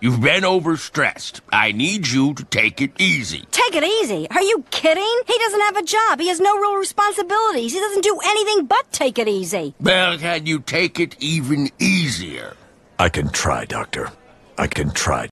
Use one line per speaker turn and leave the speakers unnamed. You've been overstressed. I need you to take it easy.
Take it easy. Are you kidding? He doesn't have a job. He has no real responsibilities. He doesn't do anything but take it easy.
Well, can you take it even easier?
I can try, Doctor. I can try.